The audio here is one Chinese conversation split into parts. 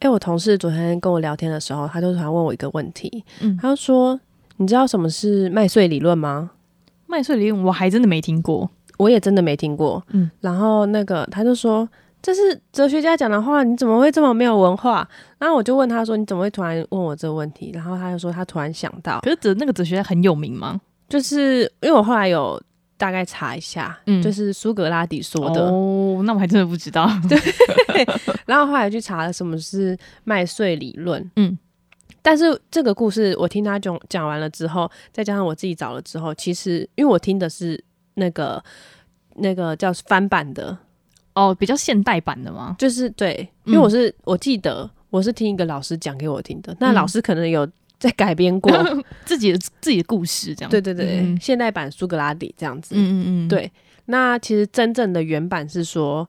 哎、我同事昨天跟我聊天的时候，他就突然问我一个问题，嗯他就说：“你知道什么是麦穗理论吗麦穗理论我还真的没听过。？”我也真的没听过。嗯然后那个他就说：“这是哲学家讲的话，你怎么会这么没有文化？”然后我就问他说：“你怎么会突然问我这个问题？”然后他就说：“他突然想到，可是哲那个哲学家很有名吗？就是因为我后来有大概查一下，嗯就是苏格拉底说的，哦，那我还真的不知 道。对，然后后来去查了什么是麦穗理论，嗯，但是这个故事我听他讲讲完了之后，再加上我自己找了之后，其实因为我听的是那个那个叫翻版的，哦，比较现代版的吗？就是对，因嗯为我是、我记得我是听一个老师讲给我听的，那嗯老师可能有在改编 过，自己的自己的故事这样。对对对，嗯现代版苏格拉底这样子，嗯嗯嗯，对那其实真正的原版是说，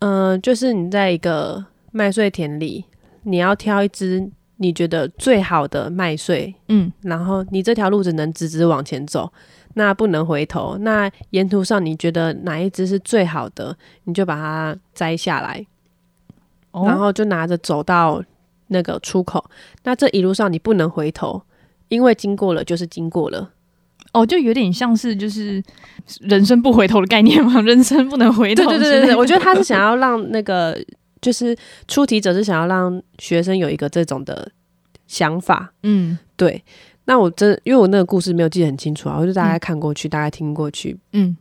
嗯、就是你在一个麦穗田里，你要挑一只你觉得最好的麦穗，嗯然后你这条路只能直直往前走，那不能回头。那沿途上你觉得哪一只是最好的，你就把它摘下来，哦然后就拿着走到那个出口。那这一路上你不能回头，因为经过了就是经过了。哦，就有点像是就是人生不回头的概念 嘛，人生不能回头对之对类的。对对 对，我觉得他是想要让那个就是出题者是想要让学生有一个这种的想法。嗯对，那我真因为我那个故事没有记得很清楚啊，我就大概看过去，大概听过去。嗯，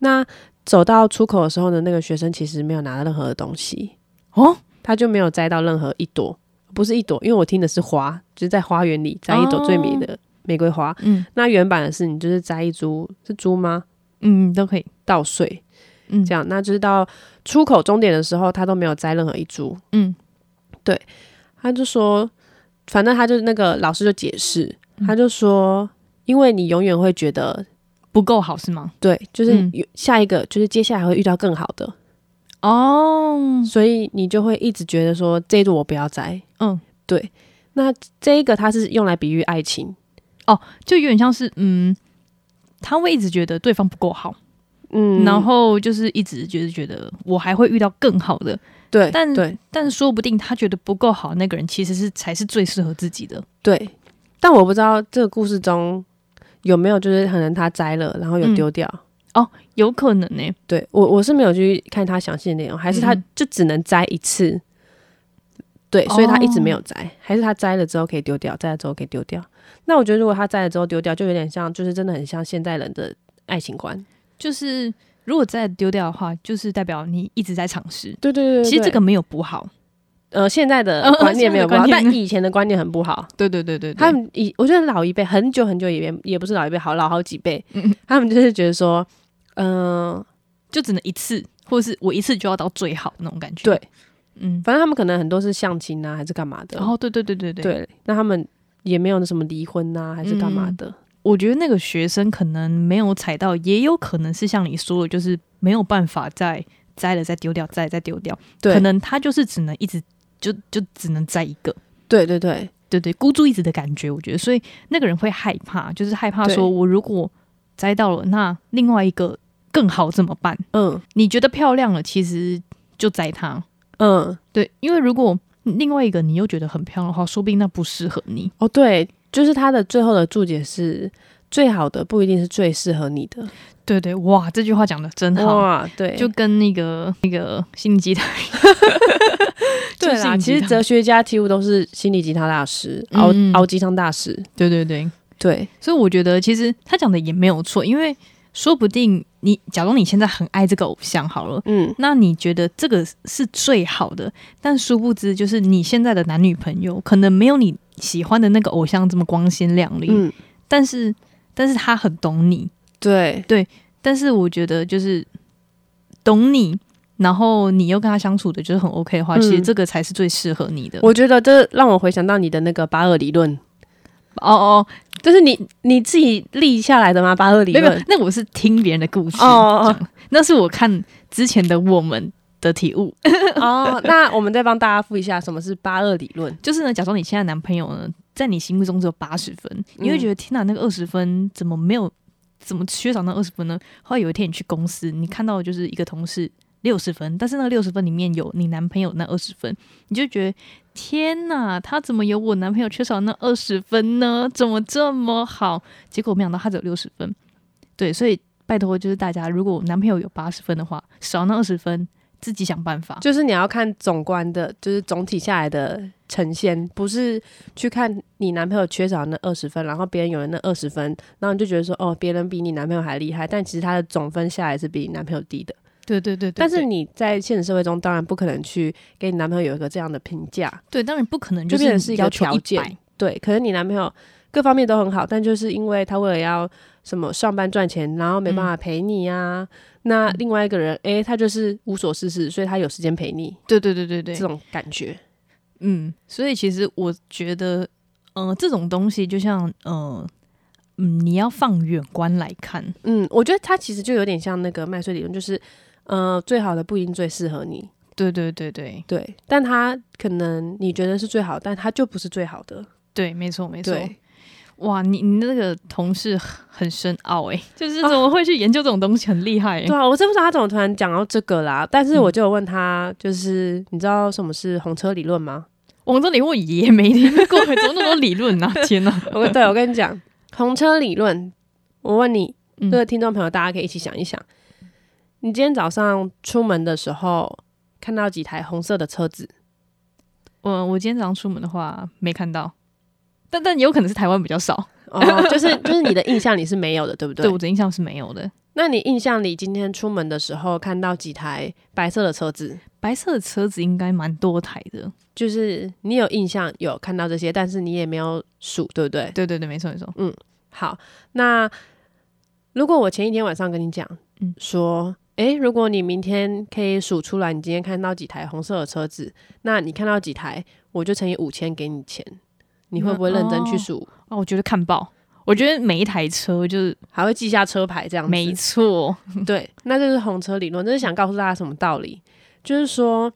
那走到出口的时候呢，那个学生其实没有拿到任何的东西，哦，他就没有摘到任何一朵，不是一朵，因为我听的是花，就是在花园里摘一朵最美的玫瑰花。嗯那原版的是你就是摘一株是株吗？嗯都可以，稻穗，嗯这样，那就是到出口终点的时候，他都没有摘任何一株，嗯他就说，反正他就那个老师就解释，嗯他就说，因为你永远会觉得，不够好是吗？对，就是嗯有下一个，就是接下来会遇到更好的，哦，所以你就会一直觉得说，这一朵我不要摘，嗯，对。那这一个它是用来比喻爱情，就有点像是嗯，他会一直觉得对方不够好，嗯，然后就是一直就是觉得我还会遇到更好的，对，但对但是说不定他觉得不够好，那个人其实是才是最适合自己的。对，但我不知道这个故事中有没有就是可能他摘了，然后有嗯丢掉，有可能欸呢、对我我是没有去看他详细的内容，还是他嗯就只能摘一次，对，所以他一直没有摘，还是他摘了之后可以丢掉，摘了之后可以丢掉。那我觉得如果他摘了之后丢掉，就有点像，就是真的很像现代人的爱情观。就是如果再丢掉的话，就是代表你一直在尝试。对对对其实这个没有不好，呃现在的嗯观念没有不好，现在的观念但以前的观念很不好。对对 对对他他们以我觉得老一辈很久很久以前，也不是老一辈，好老好几辈，嗯他们就是觉得说，嗯、就只能一次，或者是我一次就要到最好那种感觉。对，嗯，反正他们可能很多是相亲啊，还是干嘛的。然后对对对对对，对，那他们也没有那什么离婚啊，还是干嘛嗯的。我觉得那个学生可能没有踩到，也有可能是像你说的，就是没有办法再摘了再丢掉，摘了再丢掉，对，可能他就是只能一直就就只能摘一个。对对对对对，孤注一掷的感觉，我觉得，所以那个人会害怕，就是害怕对说，我如果摘到了，那另外一个更好怎么办？嗯你觉得漂亮了，其实就摘它。嗯，对，因为如果另外一个你又觉得很漂亮的话，说不定那不适合你。哦，对，就是他的最后的注解是最好的不一定是最适合你的。对对，哇，这句话讲的真好，哇，对，，就跟那个那个心灵鸡汤对就是啦。心灵其鸡实汤哲学家几乎都是心理鸡汤大师，嗯熬嗯熬鸡汤大师。对对对，对所以我觉得其实他讲的也没有错，因为说不定你假如你现在很爱这个偶像好了。嗯，那你觉得这个是最好的，但殊不知，就是你现在的男女朋友可能没有你喜欢的那个偶像这么光鲜亮丽，嗯，但是但是他很懂你，对但是我觉得就是懂你，然后你又跟他相处的就是很 OK 的话，嗯其实这个才是最适合你的。我觉得这让我回想到你的那个巴赫理论，哦哦，就是你你自己立下来的吗？巴赫理没有没有论，那我是听别人的故事，哦哦这样那是我看之前的我们的体悟，哦，那我们再帮大家复一下什么是巴赫理论。就是呢，假装你现在男朋友呢，在你心目中只有八十分，嗯你会觉得天哪，那个二十分怎么没有，怎么缺少那二十分呢？后来有一天你去公司，你看到的就是一个同事六十分，但是那个六十分里面有你男朋友那二十分，你就觉得天哪，他怎么有我男朋友缺少那二十分呢？怎么这么好？结果没想到他只有六十分，对，所以拜托就是大家，如果我男朋友有八十分的话，少那二十分自己想办法。就是你要看总观的，就是总体下来的呈现，不是去看你男朋友缺少那二十分，然后别人有人那二十分，然后你就觉得说哦，别人比你男朋友还厉害，但其实他的总分下来是比你男朋友低的。对对对对但是你在现实社会中，当然不可能去给你男朋友有一个这样的评价，对，当然不可能就变成是一个要求条100件。对，可是你男朋友各方面都很好，但就是因为他为了要什么上班赚钱，然后没嗯办法陪你啊。那另外一个人，诶、他就是无所事事，所以他有时间陪你，对对对对对这，种感觉。嗯，所以其实我觉得，呃，这种东西就像，呃，嗯，你要放远观来看，嗯，我觉得他其实就有点像那个麦穗理论，就是呃，最好的不一定最适合你，对对对对对，但他可能你觉得是最好，但他就不是最好的，对，没错没错。对。哇，你你那个同事很很深奥诶、就是怎么会去研究这种东西，很厉害、欸。对啊，我真不知道他怎么突然讲到这个啦。但是嗯我就有问他，就是你知道什么是红车理论 吗？王总，你我也没听过， 怎么那么多理论啊？天哪、我跟对我跟你讲，红车理论，我问你，嗯各位听众朋友，大家可以一起想一想，你今天早上出门的时候看到几台红色的车子？我我今天早上出门的话没看到，但但也有可能是台湾比较少，哦，就是就是你的印象里是没有的，对 不对？对我的印象是没有的。那你印象里今天出门的时候看到几台白色的车子？白色的车子应该蛮多台的，就是你有印象有看到这些，但是你也没有数，对不对？对对对，没错没错。好，那如果我前一天晚上跟你讲，嗯说，诶，如果你明天可以数出来你今天看到几台红色的车子，那你看到几台，我就乘以五千给你钱，你会不会认真去哦数？哦，我觉得看报，我觉得每一台车就是还会记下车牌这样子？没错，对，那就是红车理论，这是想告诉大家什么道理？就是说，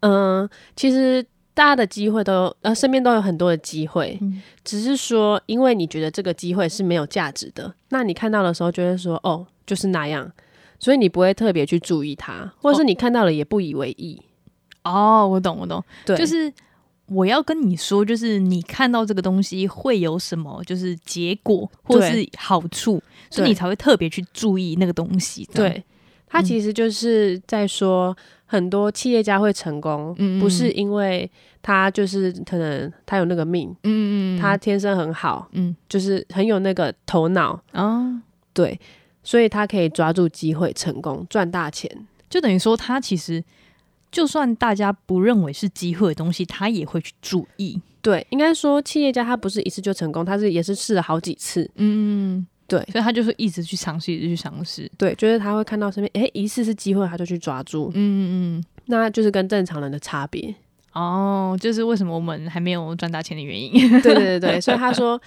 嗯、其实大家的机会都有，呃，身边都有很多的机会，嗯只是说，因为你觉得这个机会是没有价值的，那你看到的时候就会说，哦，就是那样，所以你不会特别去注意它，或者是你看到了也不以为意，哦，我懂我懂，对，就是我要跟你说，就是你看到这个东西会有什么，就是结果或是好处，所以你才会特别去注意那个东西。这样，对。它其实就是在说，很多企业家会成功，嗯嗯不是因为他就是可能他有那个命，嗯嗯嗯，他天生很好，嗯就是很有那个头脑，啊，对，所以他可以抓住机会成功赚大钱。就等于说他其实。就算大家不认为是机会的东西，他也会去注意。对，应该说企业家他不是一次就成功，他是也是试了好几次。嗯，对所以他就是一直去尝试，一直去尝试。对，就是他会看到身边诶，一次是机会，他就去抓住，嗯嗯嗯。那就是跟正常人的差别。哦，就是为什么我们还没有赚大钱的原因。 对对对对，所以他说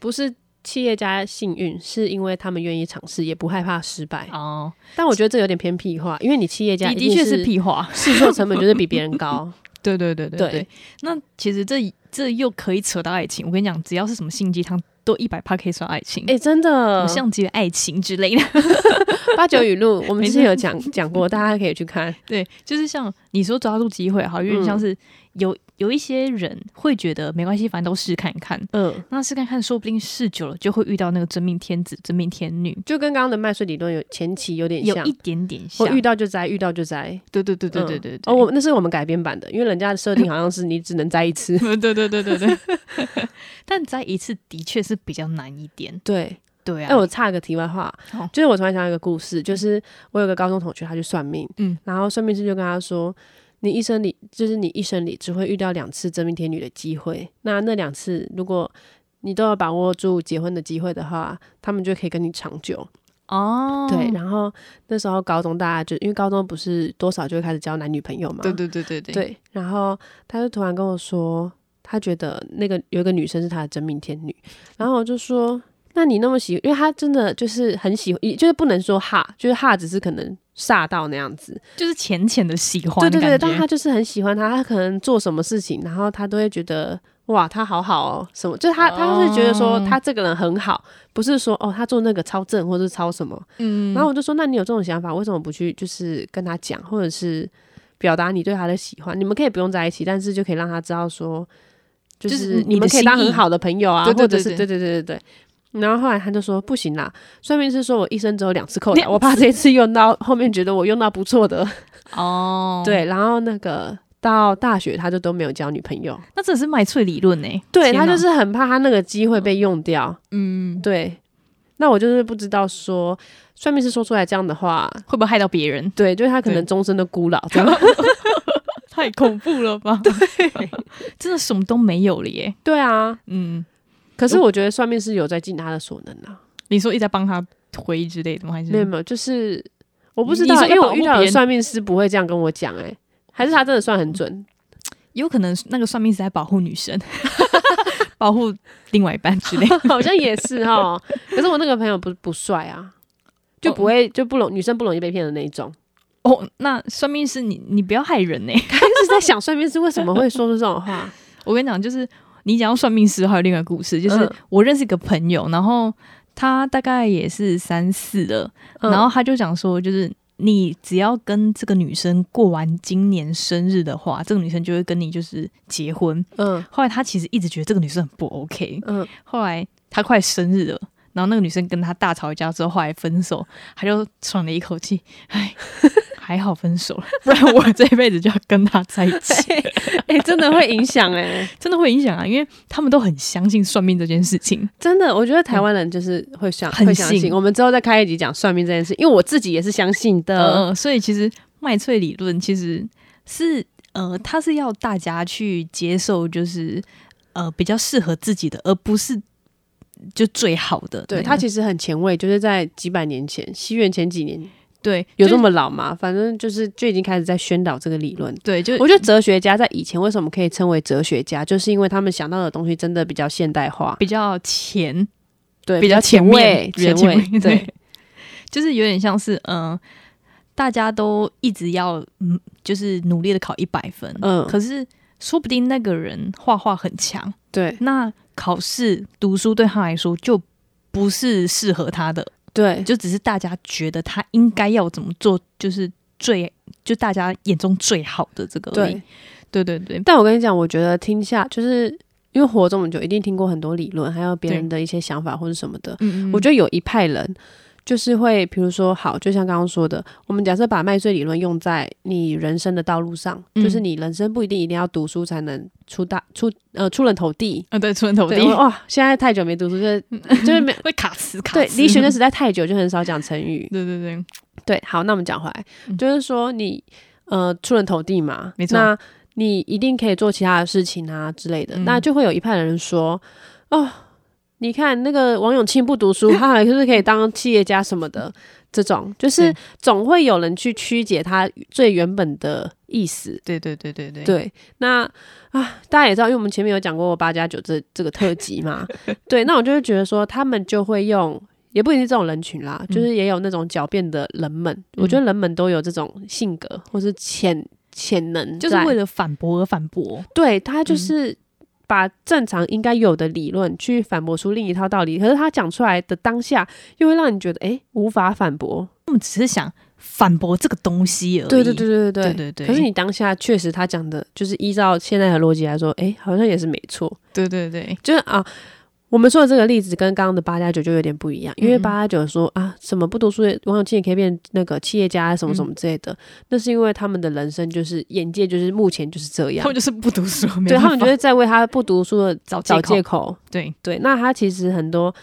不是企业家幸运，是因为他们愿意尝试，也不害怕失败。哦，但我觉得这有点偏屁话，因为你企业家的一定的确是屁话。试错成本 就是比别人高。对对 对对对对。那其实这这又可以扯到爱情。我跟你讲，只要是什么性鸡汤，都一百趴可以扯到爱情。诶，真什么的，像极了爱情之类的， 八九语录，我们没之前有讲讲过，大家可以去 看。对，就是像你说抓住机会，好，嗯有点像是有、有一些人会觉得没关系，反正都试看看，嗯，那试看看，说不定试久了就会遇到那个真命天子、真命天女，就跟刚刚的麦穗理论有前期有点有像一，点点我像。遇到就栽，遇到就栽。对对对对对嗯对对，。哦，我那是我们改编版的，因为人家的设定好像是你只能栽一次 对对对对对， 但再一次的确是比较难一点。对， 对啊，哎，我插个题外话好，就是我突然想到一个故事，就是我有个高中同学，他去算命，嗯然后算命师就跟他说。你一生里，就是你一生里只会遇到两次真命天女的机会。那那两次，如果你都有把握住结婚的机会的话，他们就可以跟你长久。哦，对，然后那时候高中大家就因为高中不是多少就会开始交男女朋友嘛，对对对对对，对然后他就突然跟我说，他觉得那个有一个女生是他的真命天女，然后我就说，那你那么喜，因为他真的就是很喜欢，也就是不能说哈，就是哈只是可能煞到那样子，就是浅浅的喜欢对的对感对，觉，但他就是很喜欢他，他可能做什么事情，然后他都会觉得哇，他好好哦，什么？就是他，他是觉得说他这个人很好，不是说哦他做那个超正或者是超什么。嗯然后我就说，那你有这种想法，为什么不去就是跟他讲，或者是表达你对他的喜欢？你们可以不用在一起，但是就可以让他知道说，就就是是你你们的可以心当很意好的朋友啊，对对或者对是对对对对对对。然后后来他就说不行啦，算命是说我一生只有两次扣打，我怕这一次用到后面觉得我用到不错的，哦，，对。然后那个到大学他就都没有交女朋友，那真的是麦翠理论呢、对天他就哪是很怕他那个机会被用掉，嗯，对。那我就是不知道说算命是说出来这样的话，会不会害到别人？对，就是他可对能终身的孤老这 样。 太恐怖了吧？ 对，真的什么都没有了耶。对啊，嗯，可是我觉得算命是有在尽他的所能啊。你说一直在帮他推之类的吗？还是没有没有，嗯就是我不你知你道，说因为在保我护遇到别的人算命师不会这样跟我讲，哎，还是他真的算很准。 有可能那个算命是在保护女生， 保护另外一半之 类。好像也是哦。可是我那个朋友不不帅啊，就不会就不容女生不容易被骗的那一种。哦，那算命是你，你不要害人呢、他一直在想算命师为什么会说出这种 话，我跟你讲，就是你讲到算命师，还有另外一个故事，就是嗯我认识一个朋友，然后他大概也是三四了，嗯然后他就讲说，就是你只要跟这个女生过完今年生日的话，这个女生就会跟你就是结婚。嗯后来他其实一直觉得这个女生很不 OK， 嗯，后来他快生日了。然后那个女生跟他大吵一架之后，后来分手，他就喘了一口气，唉， 还好分手了，不然我这辈子就要跟他在一起。 哎、真的会影响哎、真的会影响啊，因为他们都很相信算命这件事情。真的，我觉得台湾人就是会想很会相信。信我们之后再开一集讲算命这件事，因为我自己也是相信的。呃，所以其实麦翠理论其实是呃，它是要大家去接受，就是呃比较适合自己的，而不是就最好的那对个。他其实很前卫，就是在几百年前，西元前几年对有这就是么老吗？反正就是就已经开始在宣导这个理论。对，就我觉得哲学家在以前为什么可以称为哲学家，就是因为他们想到的东西真的比较现代化，比较前对，比较前前面卫，比较前前卫，面对， 就是有点像是嗯、呃大家都一直要嗯，就是努力的考一百分，嗯可是说不定那个人画画很强，对，那考试读书对他来说就不是适合他的，对，就只是大家觉得他应该要怎么做，就是最就大家眼中最好的这个而已对。对对对，但我跟你讲，我觉得听下就是因为活这么久，一定听过很多理论，还有别人的一些想法或者什么的。嗯我我觉觉得有一派人就是会，比如说，好，就像刚刚说的，我们假设把麦穗理论用在你人生的道路上，嗯就是你人生不一定一定要读书才能出大出呃出人头地。得啊，对，出人头地对，我哇，现在太久没读书，就是就是没会卡词 卡对词。。离学生时代太久，就很少讲成语对对对，对，好，那我们讲回来，嗯就是说你呃出人头地嘛，没错那你一定可以做其他的事情啊之类的。嗯那就会有一派的人说，哦，你看那个王永庆不读 书，他还是可以当企业家什么的。这种就是对总会有人去曲解他最原本的意思。对对对对对，对，那啊，大家也知道，因为我们前面有讲过八加九这这个特辑嘛，对，那我就会觉得说，他们就会用，也不一定是这种人群啦，就是也有那种狡辩的人们，我觉得人们都有这种性格或是潜潜能在，就是为了反驳而反驳。对他就是把正常应该有的理论去反驳出另一套道理，可是他讲出来的当下，又会让你觉得诶无法反驳，他们只是想反驳这个东西而已。对对对对对对对对。可是你当下确实他讲的，就是依照现在的逻辑来说，诶，好像也是没错。对对对就是啊，我们说的这个例子跟刚刚的八加九就有点不一样，因为嗯嗯嗯八加九说啊，什么不读书，王永庆也可以变那个企业家，什么什么之类的，那是因为他们的人生就是眼界，就是目前就是这他样们。就是不读书，没对办他们法就会在为他不读书的找找借借口。口。对，对，那他其实很多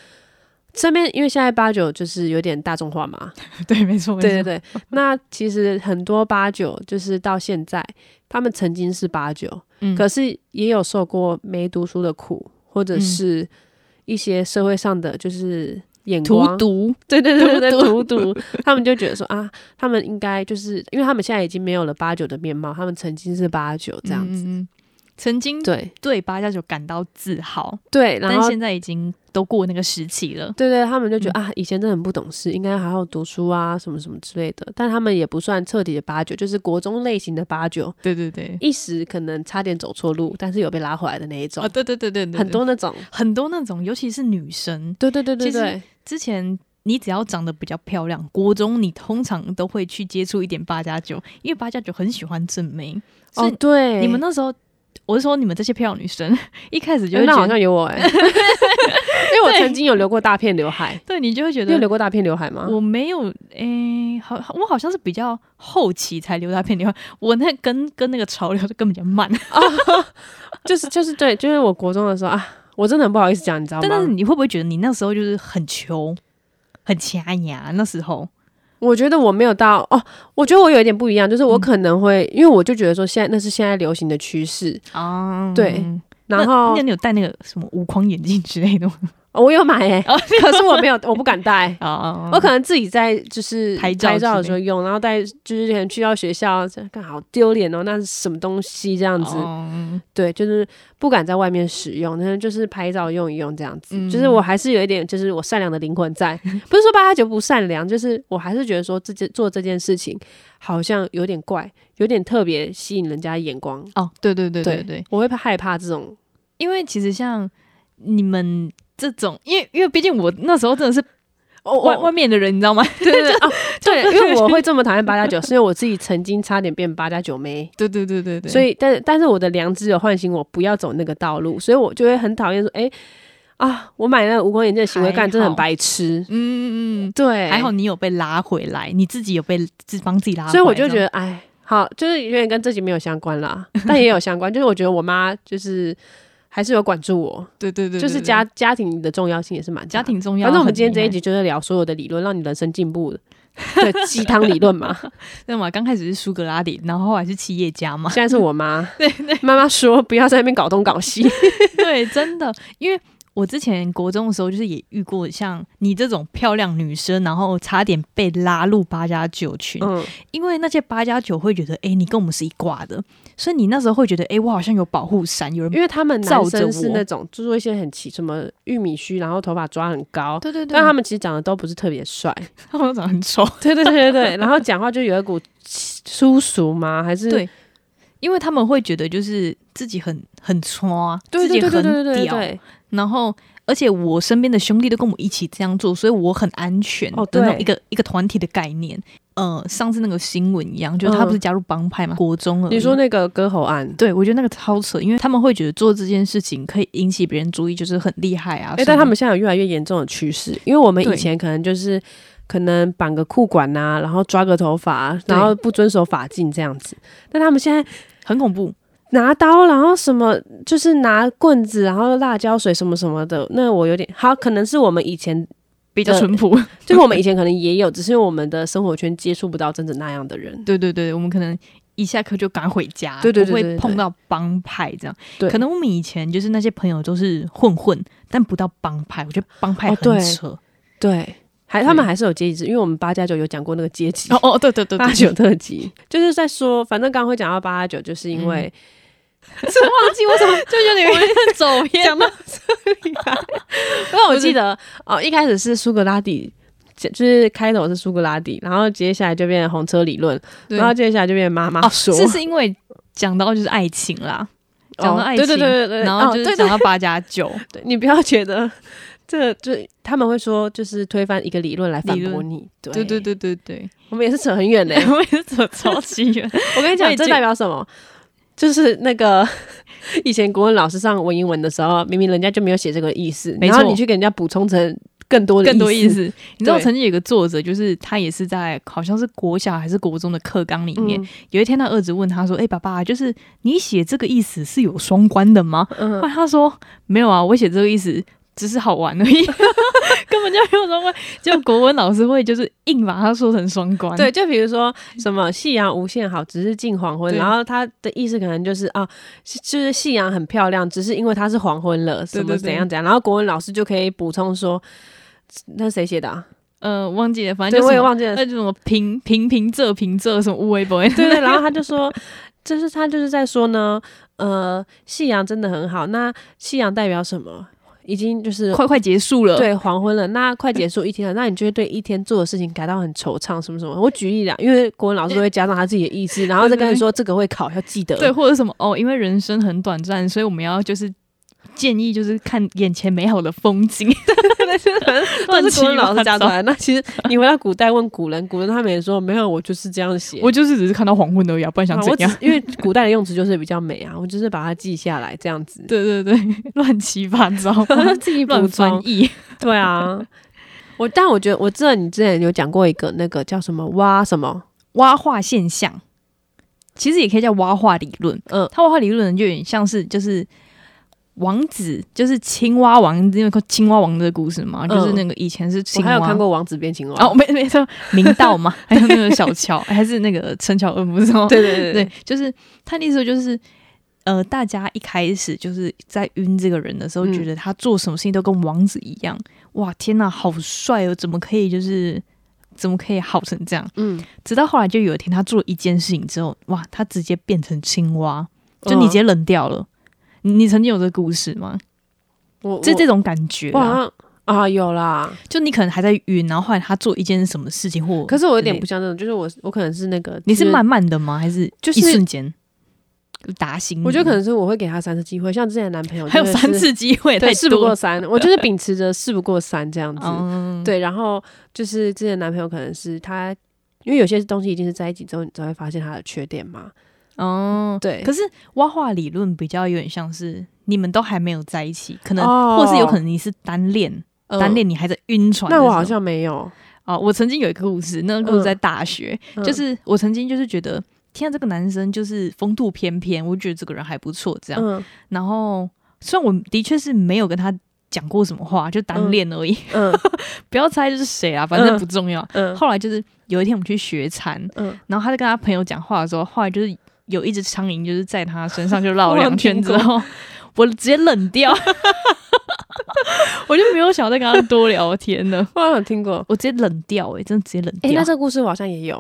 身边，因为现在八九就是有点大众化嘛，对，没错，没错对对对，那其实很多八九就是到现在，他们曾经是八九，嗯可是也有受过没读书的苦，或者嗯是一些社会上的就是眼荼光，毒，对对对对 对，荼荼毒，他们就觉得说啊，他们应该就是因为他们现在已经没有了八九的面貌，他们曾经是八九这样子，嗯嗯嗯曾经对对八加九感到自豪，对，然但嗯后现在已经都过那个时期了。对对，他们就觉得、啊，以前真的很不懂事，应该好好读书啊，什么什么之类的。但他们也不算彻底的八九，就是国中类型的八九，对对对，一时可能差点走错路，但是有被拉回来的那一种，啊，对对对对对，对很多那种。很多那种，尤其是女生，对对对对其实对，之前你只要长得比较漂亮，国中你通常都会去接触一点八加九，因为八加九很喜欢正妹。所哦以对，你们那时候，我是说你们这些漂亮女生， 一开始就哎会那好觉得，像有 我哎、因为我对曾经有留过大片刘海，对你就会觉你有得留过大片刘海吗？我没有，诶、好，我好像是比较后期才留大片刘海，我那跟跟那个潮流就跟比较慢。就是就是对，就是我国中的时候啊，我真的很不好意思讲，你知道但但是吗？你会不会觉得你那时候就是很穷，很掐牙？那时候我觉得我没有到哦，我觉得我有一点不一样，就是嗯我可能会，因为我就觉得说现在那是现在流行的趋势，啊，对那。然后那你有戴那个什么无框眼镜之类 的吗？哦我有买哎、哦可是我没有，我不敢 戴。啊啊，啊我可能自己在就是拍拍照照的之类时候用，然后带就是可能去到学校，这样干好丢脸哦，那是什么东西这样子？哦对，就是不敢在外面使用，但是就是拍照用一用这样子。嗯就是我还是有一点，就是我善良的灵魂 在，不是说八加九不善良，就是我还是觉得说这件做这件事情好像有点怪，有点特别吸引人家眼光。哦，对对对对对对，我会害怕这种，因为其实像你们这种，因为因为毕竟我那时候真的是哦我 外外面的人，你知道吗？对对对 哦，对，因为我会这么讨厌八加九，是因为我自己曾经差点变八加九妹。 对对对对对，所以以，但但是我的良知有唤醒我不要走那个道路，所以我就会很讨厌说，哎、啊，我买那个无框眼镜的行为还好干真的很白痴，嗯嗯对，嗯，还好你有被拉回来，你自己有被自帮自己拉回来，所以我就觉得，得哎，好，就是有点跟这集没有相关 啦，但也有相关，就是我觉得我妈就是还是有管住我，对对对，对就是对家家庭的重要性也是蛮家大的。庭重要。欸反正我们今天这一集，集就是聊所有的理论，让你人生进 步的的鸡汤理论嘛。对嘛，刚开始是苏格拉底，然后后来是企业家嘛，现在是我 妈，妈妈说不要在那边搞东搞西。 对，真的，因为我之前国中的时候，就是也遇过像你这种漂亮女生，然后差点被拉入八加九群，嗯，因为那些八加九会觉得，哎、你跟我们是一挂的，所以你那时候会觉得，哎、我好像有保护伞，有人因为他们罩男着生是我那种就做一些很奇什么玉米须，然后头发抓很高，对对对，但他们其实长得都不是特别帅。他们长得很丑，对对对对对，然后讲话就有一股粗俗吗？还是对因为他们会觉得就是自己很很穿，对对对对对对自己很对屌，对，然后。而且我身边的兄弟都跟我一起这样做，所以我很安全哦的那种对一个、一个团体的概念。呃，上次那个新闻一样，就是他嗯不是加入帮派吗？国中了，你说那个割喉案，对，我觉得那个超扯，因为他们会觉得做这件事情可以引起别人注意，就是很厉害啊。哎，但他们现在有越来越严重的趋势，因为我们对以前可能就是。可能绑个裤管呐、然后抓个头发，对然后不遵守法禁这样子。但他们现在很恐怖，拿刀，然后什么就是拿棍子，然后辣椒水什么什么的。那我有点好，可能是我们以前比较对淳朴。 就是我们以前可能也有，只是我们的生活圈接触不到真正那样的人。对对对，我们可能一下课就赶回家，对对对对不会对碰到帮派这样。对可能我们以前就是那些朋友都是混混，但不到帮派。我觉得帮派哦很对扯。对，还对他们还是有阶级制，因为我们八加九有讲过那个阶级哦，哦对对对八对，九特辑， 嗯就是在说，反正刚刚会讲到八加九，就是因 为、是忘记为什么 就有点走偏了。啊因为我记得哦，一开始是苏格拉底，就是开头是苏格拉底，然后接下来就变成红车理论，对然后接下来就变成妈妈哦，说，这是因为讲到就是爱情啦，讲到爱情哦对对对对对，然后就哦是对讲对到八加九。对你不要觉得 这就他们会说，就是推翻一个理论来反理驳论你，对对对对对对， 我们也是扯很远嘞、我也是走超级远。 我跟你我已讲，经这代表什么？就是那个 以前国文老师上文言文的时候，明明人家就没有写这个意思，没然错后你去给人家补充成更多的更多意思。思。你知道 对曾经有一个作者，就是他也是在好像是国小还是国中的课纲里面，嗯有一天他儿子问他说：“哎、爸爸，就是你写这个意思是有双关的吗？”后嗯，来他说：“没有啊，我写这个意思。” 只是好玩而已， 根本就没有双关。就国文老师会就是硬把它说成双关，对，就比如说什么夕阳无限好，只是近黄昏，对然后他的意思可能就是啊，是就是夕阳很漂亮，只是因为它是黄昏了，什对么对对怎样怎样，然后国文老师就可以补充说，那谁写的、啊？呃，忘记了，反正对，就我是也呃忘记了 那，就什么平平平仄平仄什么无为不为，对对，然后他就说，就是他就是在说呢，呃，夕阳真的很好。那夕阳代表什么？已经就是快快结束了，，对黄昏了，那快结束一天了， 那你就会对一天做的事情感到很惆怅，什么什么。我举例啦，因为国文老师都会加上他自己的意思，然后再跟你说这个会考，要记得。嗯对，或者什么哦，因为人生很短暂，所以我们要就是建议就是看眼前美好的风景， 都是国文老师加出来。那其实你回到古代问古人，古人他们也说没有，我就是这样写。我就是只是看到黄昏而已、啊，不然想啊怎我只样？，是因为古代的用词就是比较美啊，我就是把它记下来这样子对对对， 乱七八 糟，自己补 乱充翻。译，对啊，我但我觉得我知道你之前有讲过一个那个叫什么蛙什么，蛙化现象，其实也可以叫蛙化理论。嗯它蛙化理论就有点像是就是王子，就是青蛙王，因为青蛙王的故事嘛，嗯就是那个以前是我青蛙。还有看过《王子变青蛙》哦，没没 错，明道嘛，还有那个小乔， 还是那个陈乔恩，不是吗？对对对，就是他的意思就是，呃，大家一开始就是在晕这个人的时候，嗯觉得他做什么事情都跟王子一样，哇，天呐，好帅哦，怎么可以就是怎么可以好成这样？嗯，直到后来就有一天，他做了一件事情之后，哇，他直接变成青蛙，就嗯你直接冷掉了。你你曾经有这个故事吗？我这我这种感觉我好啊，像啊有啦，就你可能还在晕，然后后来他做一件什么事情或可是我有点之类不像那种，就是我我可能是那个你是就是慢慢的吗？还是就是一瞬间打醒你？我觉得可能是我会给他三次机会，像之前的男朋友嗯 还有就是三，次机会，太对，事不多过了。三，我就是秉持着事不过三这样子。嗯，对，然后就是之前的男朋友可能是他，因为有些东西一定是在一起之后你才会发现他的缺点嘛。哦，对可是蛙化理论比较有点像是你们都还没有在一起，可能、哦或是有可能你是单恋，嗯单恋你还在晕船的那时候。我好像呃没有，啊、我曾经有一个故事，那个故事在大学，嗯就是我曾经就是觉得，天啊，这个男生就是风度翩翩，我觉得这个人还不错，这样。嗯然后虽然我的确是没有跟他讲过什么话，就单恋而已，嗯不要猜就是谁啊，反正不重要。 嗯后来就是有一天我们去学餐，嗯，然后他在跟他朋友讲话的时候，后来就是有一只苍蝇就是在他身上就绕我了有两圈听之过后， 我直接冷掉，我就没有想再跟他多聊天了，我好像听过。我直接冷掉、欸，真的直接冷哎、掉。那这个故事我好像也有，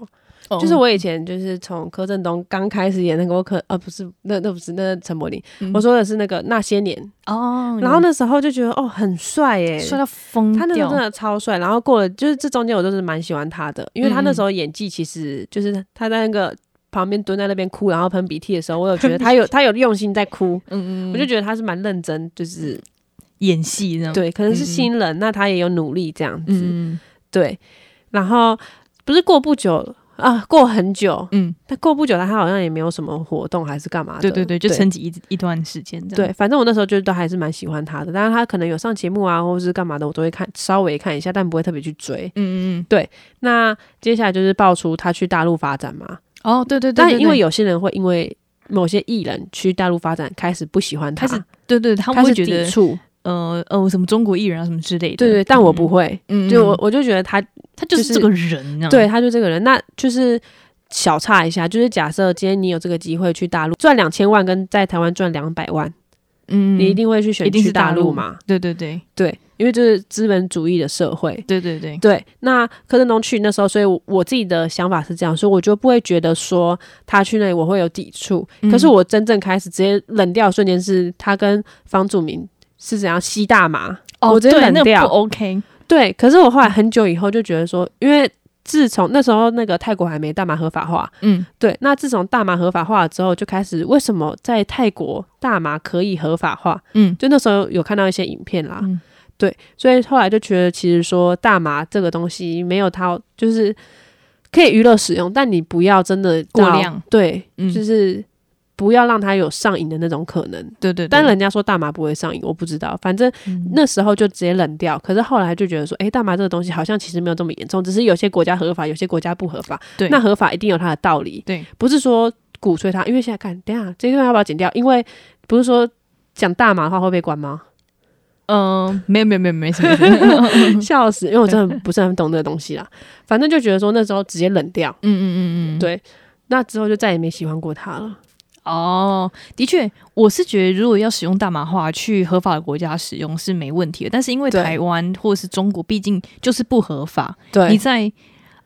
哦就是我以前就是从柯震东刚开始演那个我可呃不是那那不是那是陈柏霖，嗯我说的是那个那些年，哦，然后那时候就觉得哦很帅耶、帅到疯他那时掉候真，的超帅，然后过了就是这中间我都是蛮喜欢他的，因为嗯他那时候演技其实就是他在那个旁边蹲在那边哭，然后喷鼻涕的时候，我有觉 得他有他有用心在哭，嗯嗯，我就觉得他是蛮认真，就是演戏这样，对，可能是新人，那他也有努力这样子，嗯，对。然后不是过不久啊，过很久，嗯但过不久他好像也没有什么活动还是干嘛的，对对对，就嗯对撑起一一段时间这样。对，反正我那时候就都还是蛮喜欢他的，但是他可能有上节目啊，或者是干嘛的，我都会看稍微看一下，但不会特别去追。嗯，嗯那接下来就是爆出他去大陆发展嘛，嗯，哦，对对对，但因为有有些人会因为某些艺人去大陆发展，开始不喜欢他，开始对对，他开们始会觉抵得触，呃呃什么中国艺人啊什么之类的，对对，但我不会，嗯，嗯，就我嗯我就觉得他他就就是是这个人啊，对，他就这个人，那就是小差一下，就是假设今天你有这个机会去大陆赚两千万，跟在台湾赚两百万，嗯，你一定会去选一定去是大大陆嘛？对对对对，因为这是资本主义的社会，对对对，对，那柯震东去那时候，所以我我自己的想法是这样，所以我就不会觉得说他去那里我会有抵触。嗯可是我真正开始直接冷掉的瞬间是他跟房祖名是怎样吸大麻，哦，我直接对冷那个掉不 OK，对。可是我后来很久以后就觉得说，因为自从那时候那个泰国还没大麻合法化，嗯，对，那自从大麻合法化了之后，就开始为什么在泰国大麻可以合法化？嗯，就那时候有看到一些影片啦，嗯对，所以后来就觉得其实说大麻这个东西没有它，就是可以娱乐使用，但你不要真的到过量，对，嗯就是不要让它有上瘾的那种可能。对对，对但人家说大麻不会上瘾，我不知道，反正嗯那时候就直接冷掉。可是后来就觉得说，诶，大麻这个东西好像其实没有这么严重，只是有些国家合法，有些国家不合法。对那合法一定有它的道理，对，不是说鼓吹它。因为现在看，等一下这段要不要剪掉？因为不是说讲大麻的话会被关吗？嗯，没有没有没有没什么，嗯笑死！因为我真的不是很懂这个东西啦。反正就觉得说那时候直接冷掉， 嗯嗯嗯，对那之后就再也没喜欢过他了。哦，的确，我是觉得如果要使用大麻花去合法的国家使用是没问题的，但是因为对台湾或是中国，毕竟就是不合法，对你在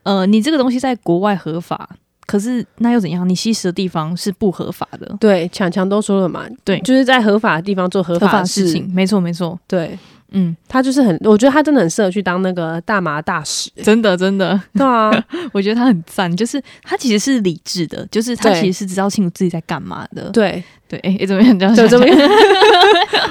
呃，你这个东西在国外合法，可是那又怎样？你吸食的地方是不合法的，对，强强都说了嘛，对就是在合法的地方做合合法的的事事情，，没错没错，对。嗯，他就是很，我觉得他真的很适合去当那个大麻大使。真的真的， 对啊，我觉得他很赞，就是他其实是理智的，就是他对其实是知道清楚自己在干嘛的。 对， 对，哎、诶怎么样？这样就这么 样？，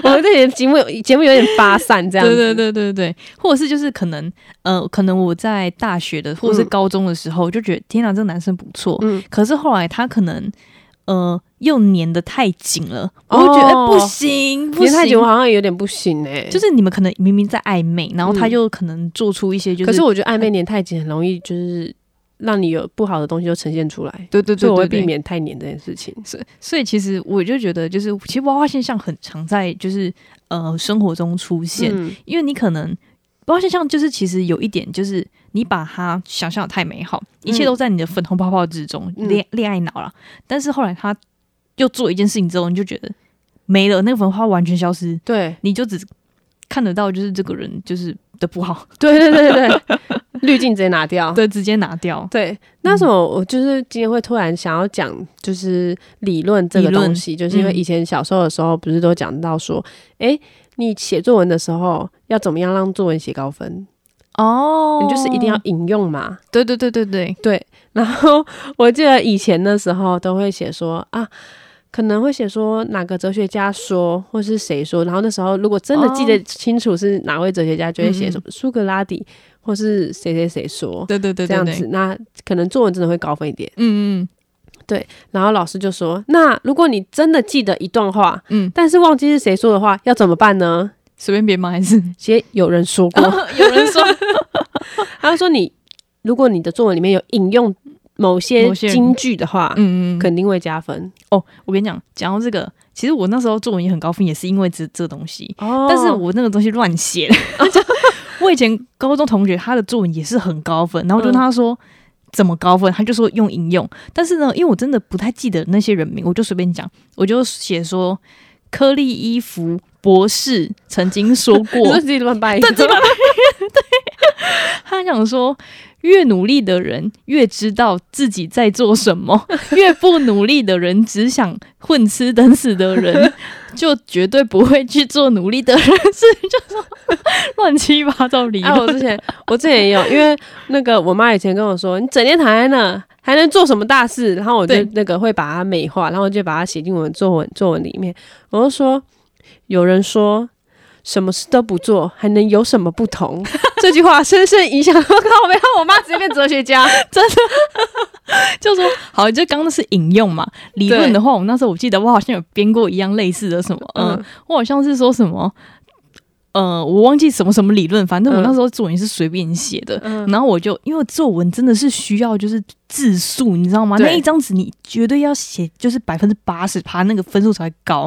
我们这节目有节目有点发散这样对子。对对对对，或者是就是可能呃，可能我在大学的或者是嗯高中的时候、就觉得天哪，这个男生不错，嗯，可是后来他可能呃又粘得太紧了，我就觉得、哦诶不行不别太久，行我，好像有点不行哎、就是你们可能明明在暧昧，然后他嗯就可能做出一些就是，可是我觉得暧昧黏太紧，很容易就是让你有不好的东西就呈现出来，对对所对以我会对对，避免太黏这件事情。所以所以其实我就觉得，就是其实娃娃现象很常在就是呃生活中出现，嗯，因为你可能娃娃现象就是其实有一点就是你把它想象得太美好，一切都在你的粉红泡泡之中，嗯恋恋爱脑啦。但是后来他又做一件事情之后，你就觉得没了，那个粉红泡泡完全消失，对你就只看得到就是这个人就是的不好，对对对 对对，滤镜直接拿掉。对，直接拿掉。对，那什么，我就是今天会突然想要讲，就是理论这个理论东西，就是因为嗯以前小时候的时候，不是都讲到说，诶，你写作文的时候要怎么样让作文写高分，哦你就是一定要引用嘛。对对对对对，对，然后我记得以前的时候都会写说啊。可能会写说哪个哲学家说，或是谁说，然后那时候如果真的记得哦清楚是哪位哲学家，就会写嗯嗯什么苏格拉底，或是谁谁谁说对对对对对，这样子，那可能作文真的会高分一点。嗯，嗯然后老师就说：“那如果你真的记得一段话，嗯嗯，但是忘记是谁说的话，要怎么办呢随便别骂还是？”其实有人 说过，哦有人说他说你如果你的作文里面有引用某些某些人金句的话，嗯嗯，可肯定会加分。哦，我跟你讲，讲到这个，其实我那时候作文也很高分，也是因为这这东西，哦但是我那个东西乱写 的。我以前高中同学他的作文也是很高分，然后我就跟他说。怎么高分？他就说用引用，但是呢，因为我真的不太记得那些人名，我就随便讲，我就写说颗粒伊芙博士曾经说你说 过，自己乱掰，对自己乱 他想说越努力的人越知道自己在做什么，越不努力的人只想混吃等死的人，就绝对不会去做努力的人，是就是乱七八糟理哎、我之论。前我之前也 有，因为那个我妈以前跟我说，你整天躺在那还能做什么大事？然后我就对那个会把它美化，然后就把它写进我的作文作文里面。我就说，有人说什么事都不做，还能有什么不同？ 这句话深深影响到我，然后我 妈直接变哲学家。就说好，就刚刚是引用嘛。理论的话，我那时候我记得我好像有编过一样类似的什么，嗯、嗯，我好像是说什么。呃，我忘记什么什么理论，反正我嗯那时候作文是随便写的，嗯然后我就因为作文真的是需要就是字数，你知道吗？对那一张纸你绝对要写就是百分之八十趴，那个分数才会高。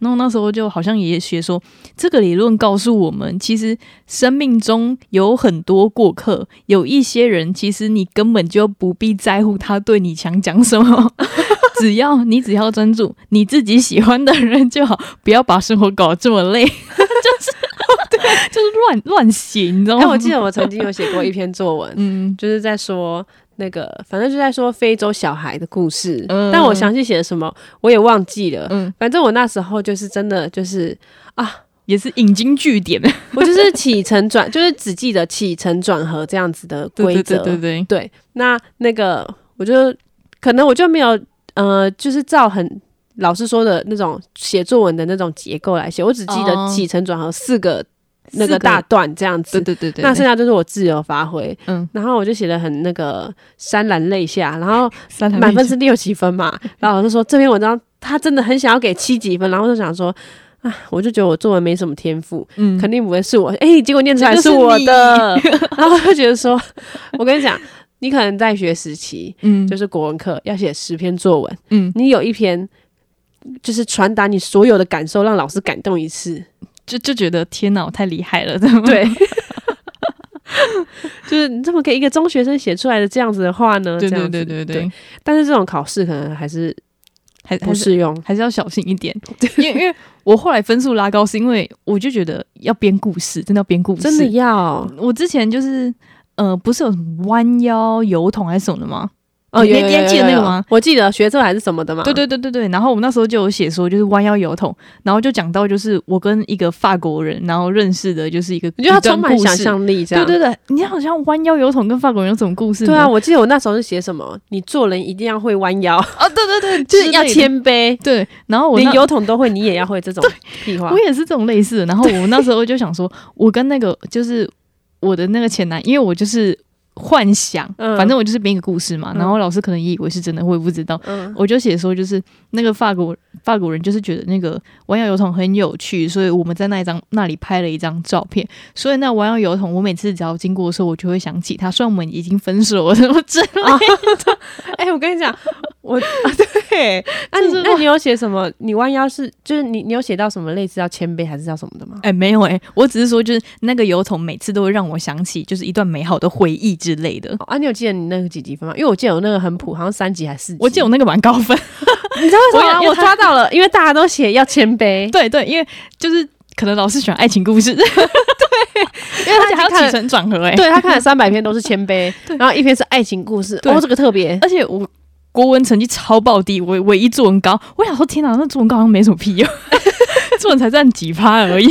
然后那时候就好像也学说，这个理论告诉我们，其实生命中有很多过客，有一些人其实你根本就不必在乎他对你想讲什么。 只要你只要专注你自己喜欢的人就好，不要把生活搞得这么 累，就是 就是乱乱写，你知道哎、吗？我记得我曾经有写过一篇作文，嗯，就是在说那个，反正就在说非洲小孩的故事。嗯但我详细写了什么我也忘记了。嗯反正我那时候就是真的就是啊，也是引经据典 的我就是起承转， 就是只记得起承转合这样子的规则。对对对对那那个我就可能我就没有呃，就是照很。老师说的那种写作文的那种结构来写，我只记得哦起承转合四个那四个个大段这样子对，对对对，那剩下就是我自由发挥，嗯然后我就写的很那个潸然泪下，然后三台满妹分子是六几分 嘛，然后老师说这篇文章他真的很想要给七几分，然后我就想说，啊，我就觉得我作文没什么天赋，嗯肯定不会是我， 哎、结果念出来这就是我的， 然后我就觉得说， 我跟你讲，你可能在学时期嗯就是国文课要写十篇作文，嗯你有一篇就是传达你所有的感受，让老师感动一次，就就觉得天哪，我太厉害了， 对。就是你这么给一个中学生写出来的这样子的话呢？对这对样对子对对，但是这种考试可能还是还不还是适用。还是要小心一 点，因为因为我后来分数拉高是因为我就觉得要编故事，真的要编故事，真的要我之前就是呃，不是有什么弯腰油桶还是什么的吗？哦，你有那天记得那个？有有有有吗有我记得学测还是什么的嘛。对对对对对，然后我们那时候就有写说，就是弯腰油桶，然后就讲到就是我跟一个法国人，然后认识的就是一个，我觉得他充满想。象力，这对样对对，你好像弯腰油桶跟法国人有什么故事呢？对啊！我记得我那时候是写什么，你做人一定要会弯 腰，哦，对对对，就是要签。谦卑，对，然后我连那油桶都会，你也要会这 种屁话我。也是这种类似 的。然后我那时候就想说，我跟那个就是我的那个前男，因为我就是幻想，嗯反正我就是编一个故事嘛。嗯然后老师可能也以为是真的，我也不知道。 嗯，我就写说，就是那个法国法国人就是觉得那个玩摇油桶很有趣，所以我们在那一张那里拍了一张照片。所以那玩摇油桶，我每次只要经过的时候，我就会想起他。虽然我们已经分手了， 我真的哎、我跟你讲，我 啊 对，那、这你是那我你有写什么？你弯腰是就是你你有写到什么类似要谦卑还是要什么的吗？哎、没有哎、我只是说就是那个油桶每次都会让我想起就是一段美好的回忆之类的。哦啊，你有记得你那个几级分吗？因为我记得我那个很普，好像三级还是四级。我记得我那个蛮高分， 你知道为什么我吗？也我抓到了，因为大家都写要谦卑，对对，因为就是可能老师喜欢爱情故事，对，因为而且 还已经看了有起承转合哎、对他看了三百篇都是谦 卑，对然后一篇是爱情故事，对哦，这个特别。而且我国文成绩超爆低，我唯一作文高，我想说天哪，那作文高好像没什么屁用， 作文才占几趴而已，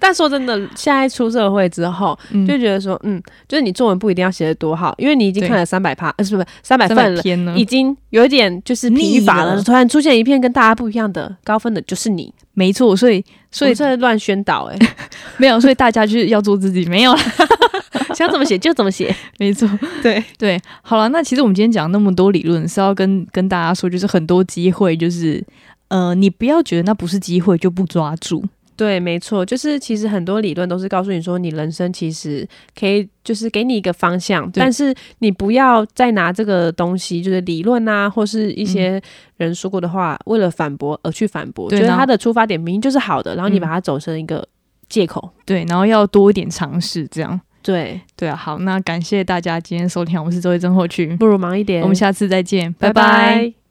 但说真的，现在出社会之后，嗯就觉得说，嗯，就是你作文不一定要写的多好，因为你已经对看了三百趴，呃，是不是三百三份百了，篇呢已，经有一点就是疲乏腻了。了突然出现一篇跟大家不一样的高分的，就是你，没错，所以所所以以这乱宣导、 欸，没有，所以大家就是要做自己，没有啦，想怎么写就怎么写。 没错。对，对，好了，那其实我们今天讲那么多理论，是要跟跟大家说，就是很多机会，就是呃，你不要觉得那不是机会就不抓住。对，没错，就是其实很多理论都是告诉你说，你人生其实可以就是给你一个方向，对但是你不要再拿这个东西，就是理论啊，或是嗯一些人说过的话，为了反驳而去反驳，对觉得然后他的出发点明明就是好的，然后你嗯把它走成一个借口。对，然后要多一点尝试，这样。对，对啊，好，那感谢大家今天收听，我是周一真后去，不如忙一点。我们下次再见，拜拜拜拜